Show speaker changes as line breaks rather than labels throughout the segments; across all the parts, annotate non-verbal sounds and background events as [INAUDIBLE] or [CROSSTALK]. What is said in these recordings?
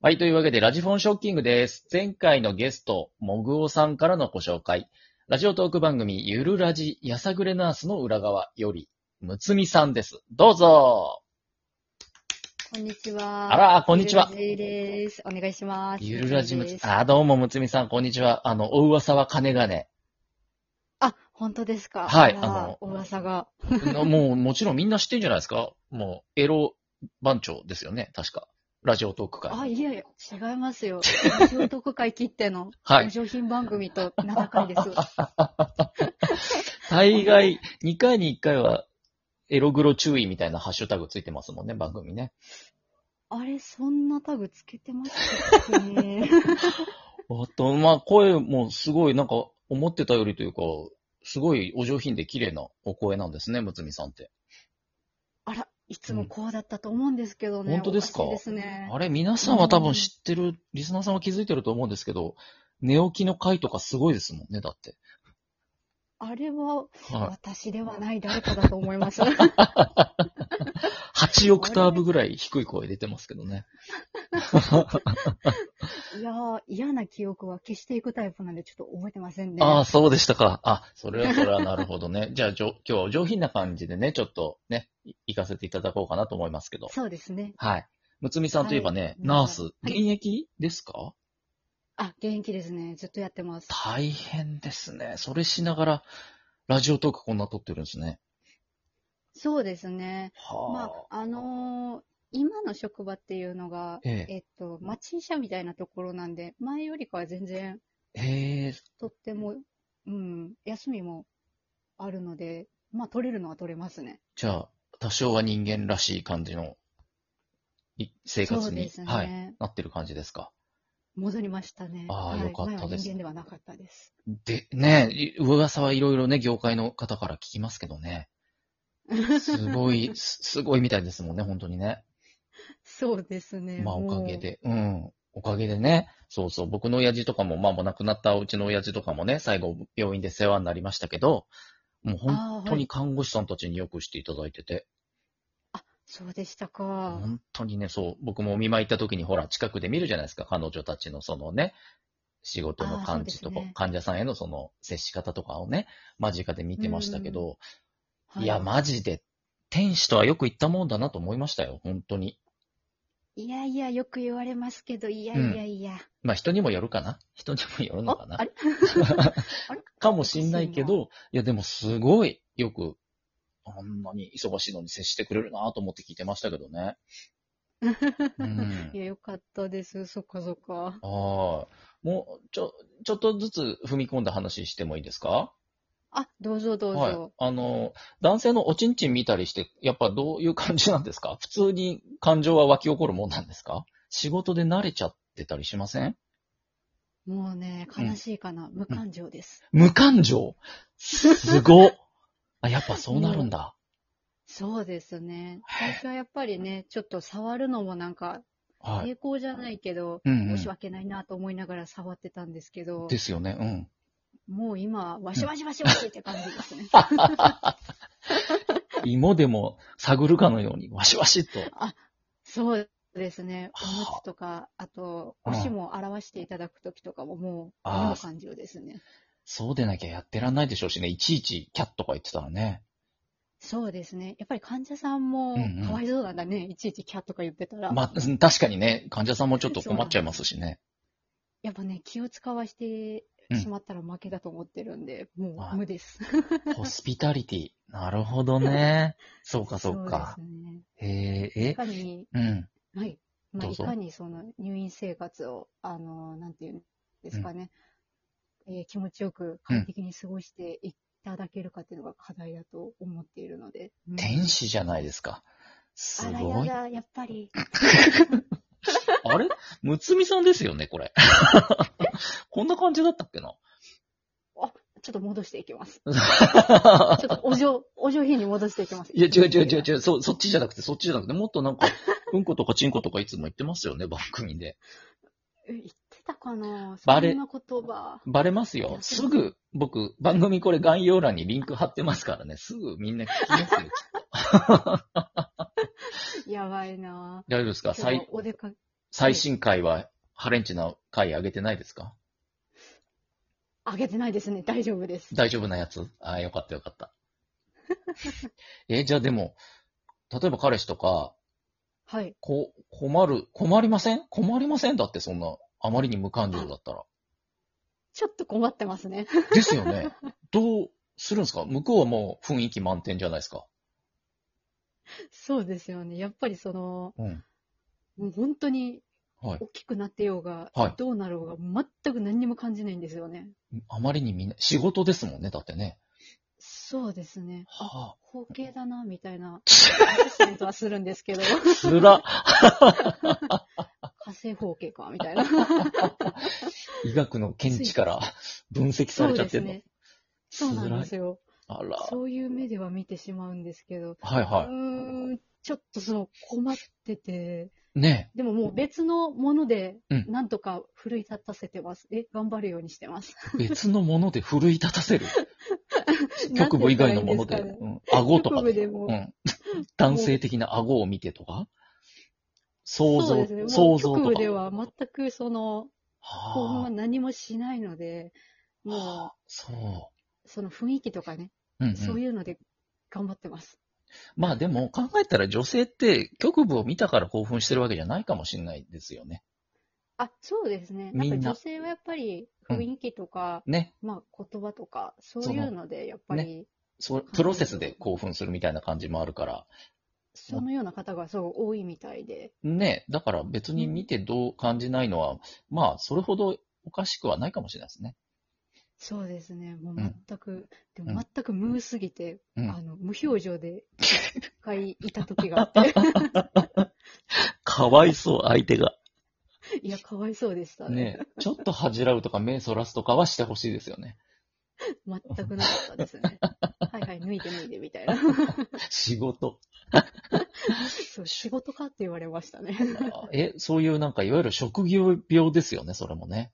はい。というわけで、ラジフォンショッキングです。前回のゲスト、もぐおさんからのご紹介。ラジオトーク番組、ゆるラジ、やさぐれナースの裏側より、むつみさんです。どうぞ
こんにちは。
あらこんにちは
ゆるラジです。お願いします。
ゆるラジむ
で
つ、
すあ
あ、どうもむつみさん、こんにちは。あの、お噂は金がね。 [LAUGHS]
本当ですか。
はい
あ
あの
の、お噂が。
のもう、もちろんみんな知ってんじゃないですかもう、エロ番長ですよね、確か。ラジオトーク会。
あ、いやいや、違いま
[LAUGHS]
すよ。ラジオ特会切っての、
はい
お上品番組と7回
[LAUGHS]
です。
大概、2回に1回は、エログロ注意みたいなハッシュタグついてますもんね、番組ね。
あれ、そんなタグつけてましたっけ
[LAUGHS]
ね。
あと、まあ、声もすごい、なんか、思ってたよりというか、すごいお上品で綺麗なお声なんですね、むつみさんって。
あら、いつもこうだったと思うんですけどね。
本当ですか
おしいですね。
あれ、皆さんは多分知ってる、リスナーさんは気づいてると思うんですけど、寝起きの回とかすごいですもんね、だって。
あれは、
は
私ではない誰かだと思
[LAUGHS]
います。
い、8オクターブぐらい低い声出てますけどね。
いやー、嫌な記憶は消していくタイプなんで、ちょっと覚えてませんね。
ああ、そうでしたか。あ、それはそれはなるほどね。 [LAUGHS] じゃあ、じょ今日はお上品な感じでね、ちょっとね、い行かせていただこうかなと思いますけど。
そうですね。
はい。むつみさんといえばね、
はい
ナース
は、
現役ですか、
あ、現役ですね。ずっとやってます。
大変ですね。それしながら、ラジオトークこんな撮ってるんですね。
そうですね。ま
は
あ、あのー今の職場っていうのが、
ええ
えっと、町医者みたいなところなんで、前よりかは全然、
へえ、
とっても、うん、休みもあるので、まあ、取れるのは取れますね。
じゃあ、多少は人間らしい感じの、い生
そ
活
う
に、
ですね。
はい、なってる感じですか。
戻りましたね。
ああ
はい
よかったです
前は人間ではなかったです。
で、ねえ、い噂はいろいろね、業界の方から聞きますけど
[LAUGHS]
ね。すごい、すすごいみたいですもんね、本当にね。
そうですね。
まあ、お
もう
かげ。で。うん。おかげでね。そうそう。僕の親父とかも、まあ、もう亡くなったうちの親父とかもね、最後、病院で世話になりましたけど、もう本
ああ、
当
はい
に。看護師さんたちによくしていただいてて、
そうでしたか。
本当にね、そう、僕もお見舞い行った時に、ほら、近くで見るじゃないですか、彼女たちのそのね、仕事の感じとか、
ああそうですね
患者さんへのその接し方とかをね、間近で見てましたけど、いや、
はい
マジで、天使とはよく言ったもんだなと思いましたよ、本当に。
いやいや、よく言われますけど、いやいやいや。
まあ人にもよるかな人にもよるのかな
ああれ [LAUGHS]
[LAUGHS]
あれ
かもしんないけど、いやでもすごいよく、あんなに忙しいのに接してくれるなと思って聞いてましたけど
[LAUGHS]
ね。うん
いや、よかったです。そっかそっか。
はい。もう、ちょ、ちょっとずつ踏み込んだ話してもいいですか
あ、どうぞどうぞ。
はい。あの、男性のおちんちん見たりして、やっぱどういう感じなんですか [LAUGHS] 普通に感情は湧き起こるもんなんですか仕事で慣れちゃってたりしません
もうね、悲しいかな。無感情です。
無感情す
[LAUGHS]
ごっあ、やっぱそうなるんだ。
そうですね。最初はやっぱりね、ちょっと触るのもなんか、
はい。
抵抗じゃないけど、
うん、う
申し
ん。
訳ないなと思いながら触ってたんですけど、
ですよね。うん。 [LAUGHS]
もう今、わしわしわしわしって感じで
[LAUGHS]
すね。
芋でも探るかのように、わしわしっと。
そうですね。おむ
はあ
つとか、あと、
うん
おしも表していただくときとかももう、
あー
無感情ですね。
そうでなきゃやってらんないでしょうしね。いちいちキャッとか言ってたらね。
そうですね。やっぱり患者さんも
うんうん、
かわいそうなんだね。いちいちキャッとか言ってたら。
まあ、 [LAUGHS] うん確かにね、患者さんもちょっと困っちゃいますしね。
やっぱね、気を使わして
うん
しまったら負けだと思ってるんで、も
はいう
無です。
ホスピタリ
[LAUGHS]
ティ。なるほどね。そうか、そうか。
そうですね。
へえ
い、かに、
え、うん。
はい。まあ、
どう
い
ぞ
かにその入院生活を、あの、なんていうんですかね、えー気持ちよく快適に過ごしていただけるかっていうのが課題だと思っているので。うん
天使じゃないですか。す
あら
ごい。あ
やだ、やっぱり。
れむつみさんですよね、これ。 [LAUGHS] こんな感じだったっけな。
ちょっと戻してい
[LAUGHS]
きます。ちょっとお上、お上品に戻していきます。
いや、違う違う違う違う、そ、そっちじゃなくて、そっちじゃなくて、もっとなんか、うんことかちんことかいつも言ってますよね、番組で。
え言ってたかな
バレ
そんな言葉。
バレますよ。すぐ、僕、番組これ概要欄にリンク貼ってますからね、すぐみんな聞き
[LAUGHS]
ますよ。
やばいな
大丈夫ですか
今日は
最、
お出かけ、
最新回は、ハレンチの回上げてないですか
あげてないですね。大丈夫です。
大丈夫なやつああ、よかったよか
[LAUGHS]
った。え、じゃあでも、例えば彼氏とか、
はい。
こ、困る、困りません困りませんだってそんな、あまりに無感情だったら。
ちょっと困ってますね。 [LAUGHS]
ですよね。どうするんですか向こうはもう雰囲気満点じゃないですか。
そうですよね。やっぱりその、
うん。
もう本当に
はい。
大きくなってようが、
はい
どうなろうが、全く何にも感じないんですよね。
あまりにみんな、仕事ですもんね、だってね。
そうですね。あ、
は
包茎だな、みたいな、
あ。
アクセントはする
[LAUGHS]
んですけど、
つら。
火星包茎か、みたいな。
医学の見地から分析 [LAUGHS] されちゃってるの。
そうですね。そうなんです
よ。
よ。
あら。
そういう目では見てしまうんですけど、
はいうは
ーん、ちょっとそう、困ってて、
い。ね
でももう別のもので
うん、
なんとか奮い立たせてます。え、頑張るようにしてます。
え別のもので奮い立た
[LAUGHS]
せる。局部以外のもので。
なんて言ったらいいんですか
うん、顎とか
局部
で。
でもう
うん、男性的な顎を見てとか想
そう
像、
ですね。も
想
う
像
局
と
部
か。
では全くその、興奮は
は
何もしないので、
あ、
も、
そう
その雰囲気とかね、
う。うんうん、
そういうので頑張ってます。
まあでも考えたら女性って局部を見たから興奮してるわけじゃないかもしれないですよね。
あ、そうですね。な
みん
ん
な
か女性はやっぱり雰囲気とか、
ね。
まあ言葉とか、そういうので、やっぱり、
そう、プロセスで興奮するみたいな感じもあるから。
そのような方がそう多いみたいで。
ね。だから別に見てどう感じないのは、まあそれほどおかしくはないかもしれないですね。
そうですね。もうん全く、
ん
でも全く無すぎて、
うん
あの、無表情で一回いた時があ
[LAUGHS]
って、
かわいそう、相手が。
いや、かわいそうでしたね。
ねちょっと恥じらうとか目そらすとかはしてほしいですよね。
全くなかったですね。はいはい、脱いで脱いでみたいな。
仕事。
そう、仕事かって言われましたね。
え、そういうなんかいわゆる職業病ですよね、それもね。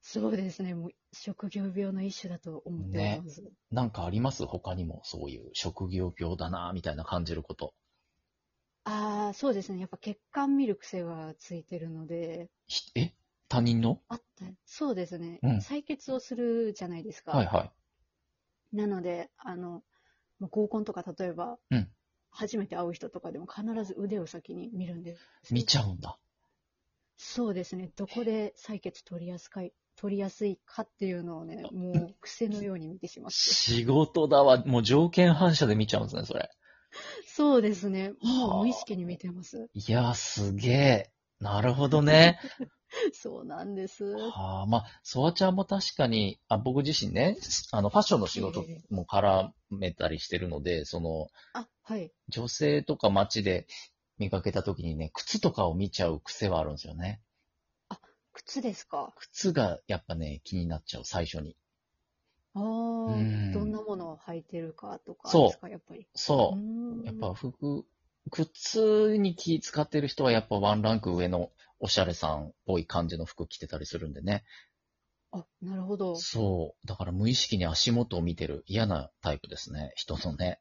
そうですね。もう、職業病の一種だと思っております。
なんかあります他にもそういう職業病だなみたいな感じること。
ああ、そうですね。やっぱ血管見る癖がついてるので、
ひえ他人の
あった、そうですね。
うん
採血をするじゃないですか。
はいはい。
なので、あの、もう合コンとか例えば、
うん
初めて会う人とかでも必ず腕を先に見るんです。
見ちゃうんだ。
そうですね。どこで採血取りやすかい、取りやすいかっていうのをね、もう癖のように見てしまって。
仕事だわ。もう条件反射で見ちゃうんですね、それ。
[LAUGHS] そうですね。も
はあ
う無意識に見てます。
いやー、すげえ。なるほど [LAUGHS] ね。
そうなんです。
はあ、まあ、ソワちゃんも確かに、あ、僕自身ね、あの、ファッションの仕事も絡めたりしてるので、その、
あ、はい。
女性とか街で見かけた時にね、靴とかを見ちゃう癖はあるんですよね。
靴ですか。
靴がやっぱね、気になっちゃう、最初に。
ああ、
ん
どんなものを履いてるかとか
そう
ですか、やっぱり。
そうう。
ーん
やっぱ服、靴に気使ってる人はやっぱワンランク上のおしゃれさんっぽい感じの服着てたりするんでね。
あ、なるほど。
そう。だから無意識に足元を見てる嫌なタイプですね、人のね。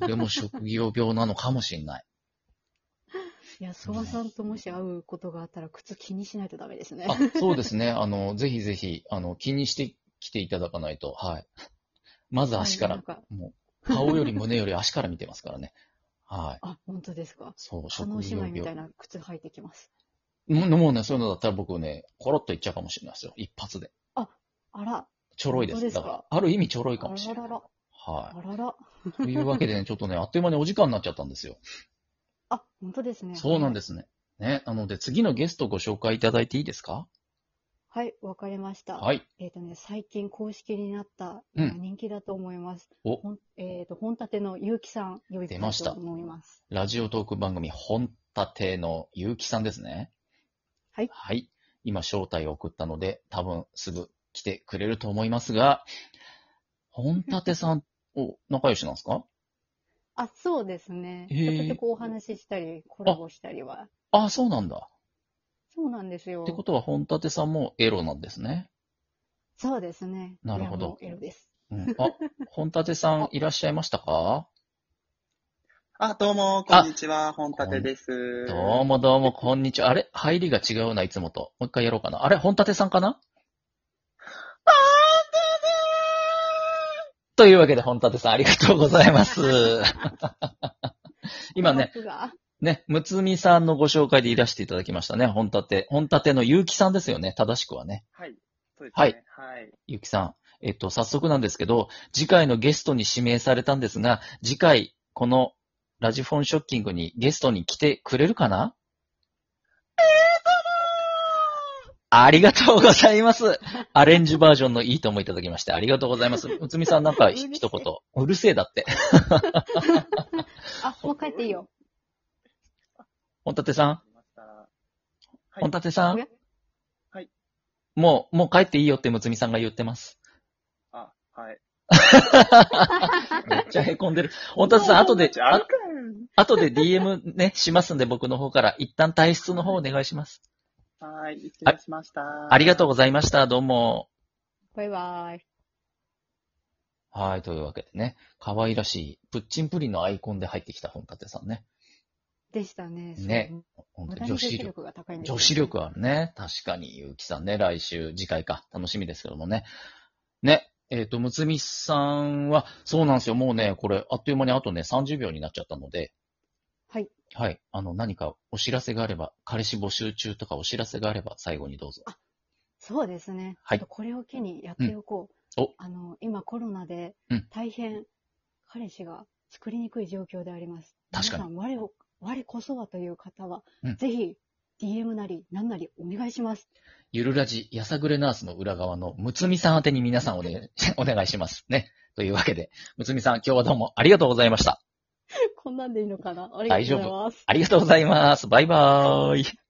でも職業病なのかもしんない。
いや、諏訪さんともし会うことがあったら、靴気にしないとダメですね。
あ、そうですね。あの、ぜひぜひ、あの、気にして来ていただかないと。はい。まず足か
な
ら
ん。か
もう、顔より胸より足から見てますからね。はい。
あ、本当ですか。
そう、
叶姉妹みたい
な。
な靴履いてきます。
ももうね、そういうのだったら僕ね、コロッといっちゃうかもしれないですよ。一発で。
あら、
ちょろいです。
本当です
だ
か
から、ある意味ちょろいか
あ
もし
ら
れない。
らら、
は
あらら。
い。というわけでね、ちょっとね、あっという間にお時間になっちゃったんですよ。
あ、本当ですね。。
そうなんですすね。ね、なので次のゲストをご紹介いただいていいですか
はい、わかりました。
はい。
えっ、とね、最近公式になった、
うん
今人気だと思います。
お
ほんえっ、と、本立ての結城さん、呼び
出
たい
ました
と思います。
ラジオトーク番組、本立ての結城さんですね。
はい
はい。今、招待を送ったので、多分すぐ来てくれると思いますが、本立さん、お、仲良しなんですか
あ、そうですね。
へー
ちょこちょこお話ししたり、コラボしたりは。
あ、そうなんだ。
そうなんですよ
って。ことは、本立さんもエロなんですね。
そうですね。
なるほど
[LAUGHS] いやもうエロです。
うん、あ、本立さんいらっしゃいましたか
あ、どうも、こんにちは。本立です。
どうもどうも、こんにちは。あれ入りが違うな、いつもと。もう一回やろうかな。あれ本立さんかなというわけで、本立さんありがとうございます。今ね、
僕が。
ね、むつみさんのご紹介でいらしていただきましたね。本立、本立のゆうきさんですよね。正しくはね。
はい。そうですね。はい。
ゆきさん。えっと、早速なんですけど、次回のゲストに指名されたんですが、次回、このラジフォンショッキングにゲストに来てくれるかなありがとうございます。アレンジバージョンのいいと思いいただきまして、ありがとうございます。うつみさん
[LAUGHS]
なんかひ
うるせえ
一言、うるせえだって。
あ、もう帰っていいよ。
本立さん
来ましたはい
本立さ
お
ん
や
はい
もう、もう帰っていいよってむつみさんが言ってます。
あ、はい。
めっちゃ凹んでる。本立さん、後で、
じゃあ、あるか
後で DM ね、 [LAUGHS] しますんで、僕の方から、一旦退出の方お願いします。
はい。失礼しました。
ありがとう
う。
ございました。どうも。
バイバイ。
はい、というわけでね、可愛らしい、プッチンプリンのアイコンで入ってきた本立さんね。
でしたね。
ね
そう。
本
無
当
駄
に
に
女
女
子
子
力。
力が高いんですよ
女子力あるね。確かに、ゆうきさんね、来週、次回か、楽しみですけどもね。ね、えっ、と、むつみさんは、そうなんですよ、もうね、これ、あっという間にあとね、30秒になっちゃったので、
はい。
はい、あの、何かお知らせがあれば、彼氏募集中とかお知らせがあれば、最後にどうぞ。
そうですね。
はい
ちょっとこれを機にやっておこう。
うんお
あの、今コロナで
うん
大変彼氏が作りにくい状況であります。
確かに
皆さん、我を、我こそはという方は、
うん
ぜひ DM なり何なりお願いします。 [LAUGHS]
ゆるラジ、やさぐれナースの裏側のむつみさん宛てに皆さんお,、ね、 [LAUGHS] お願いします。ね。というわけで、むつみさん、今日はどうもありがとうございました。
こんなんでいいのかなありがとうございます。
ありがとうございます。バイバーイ。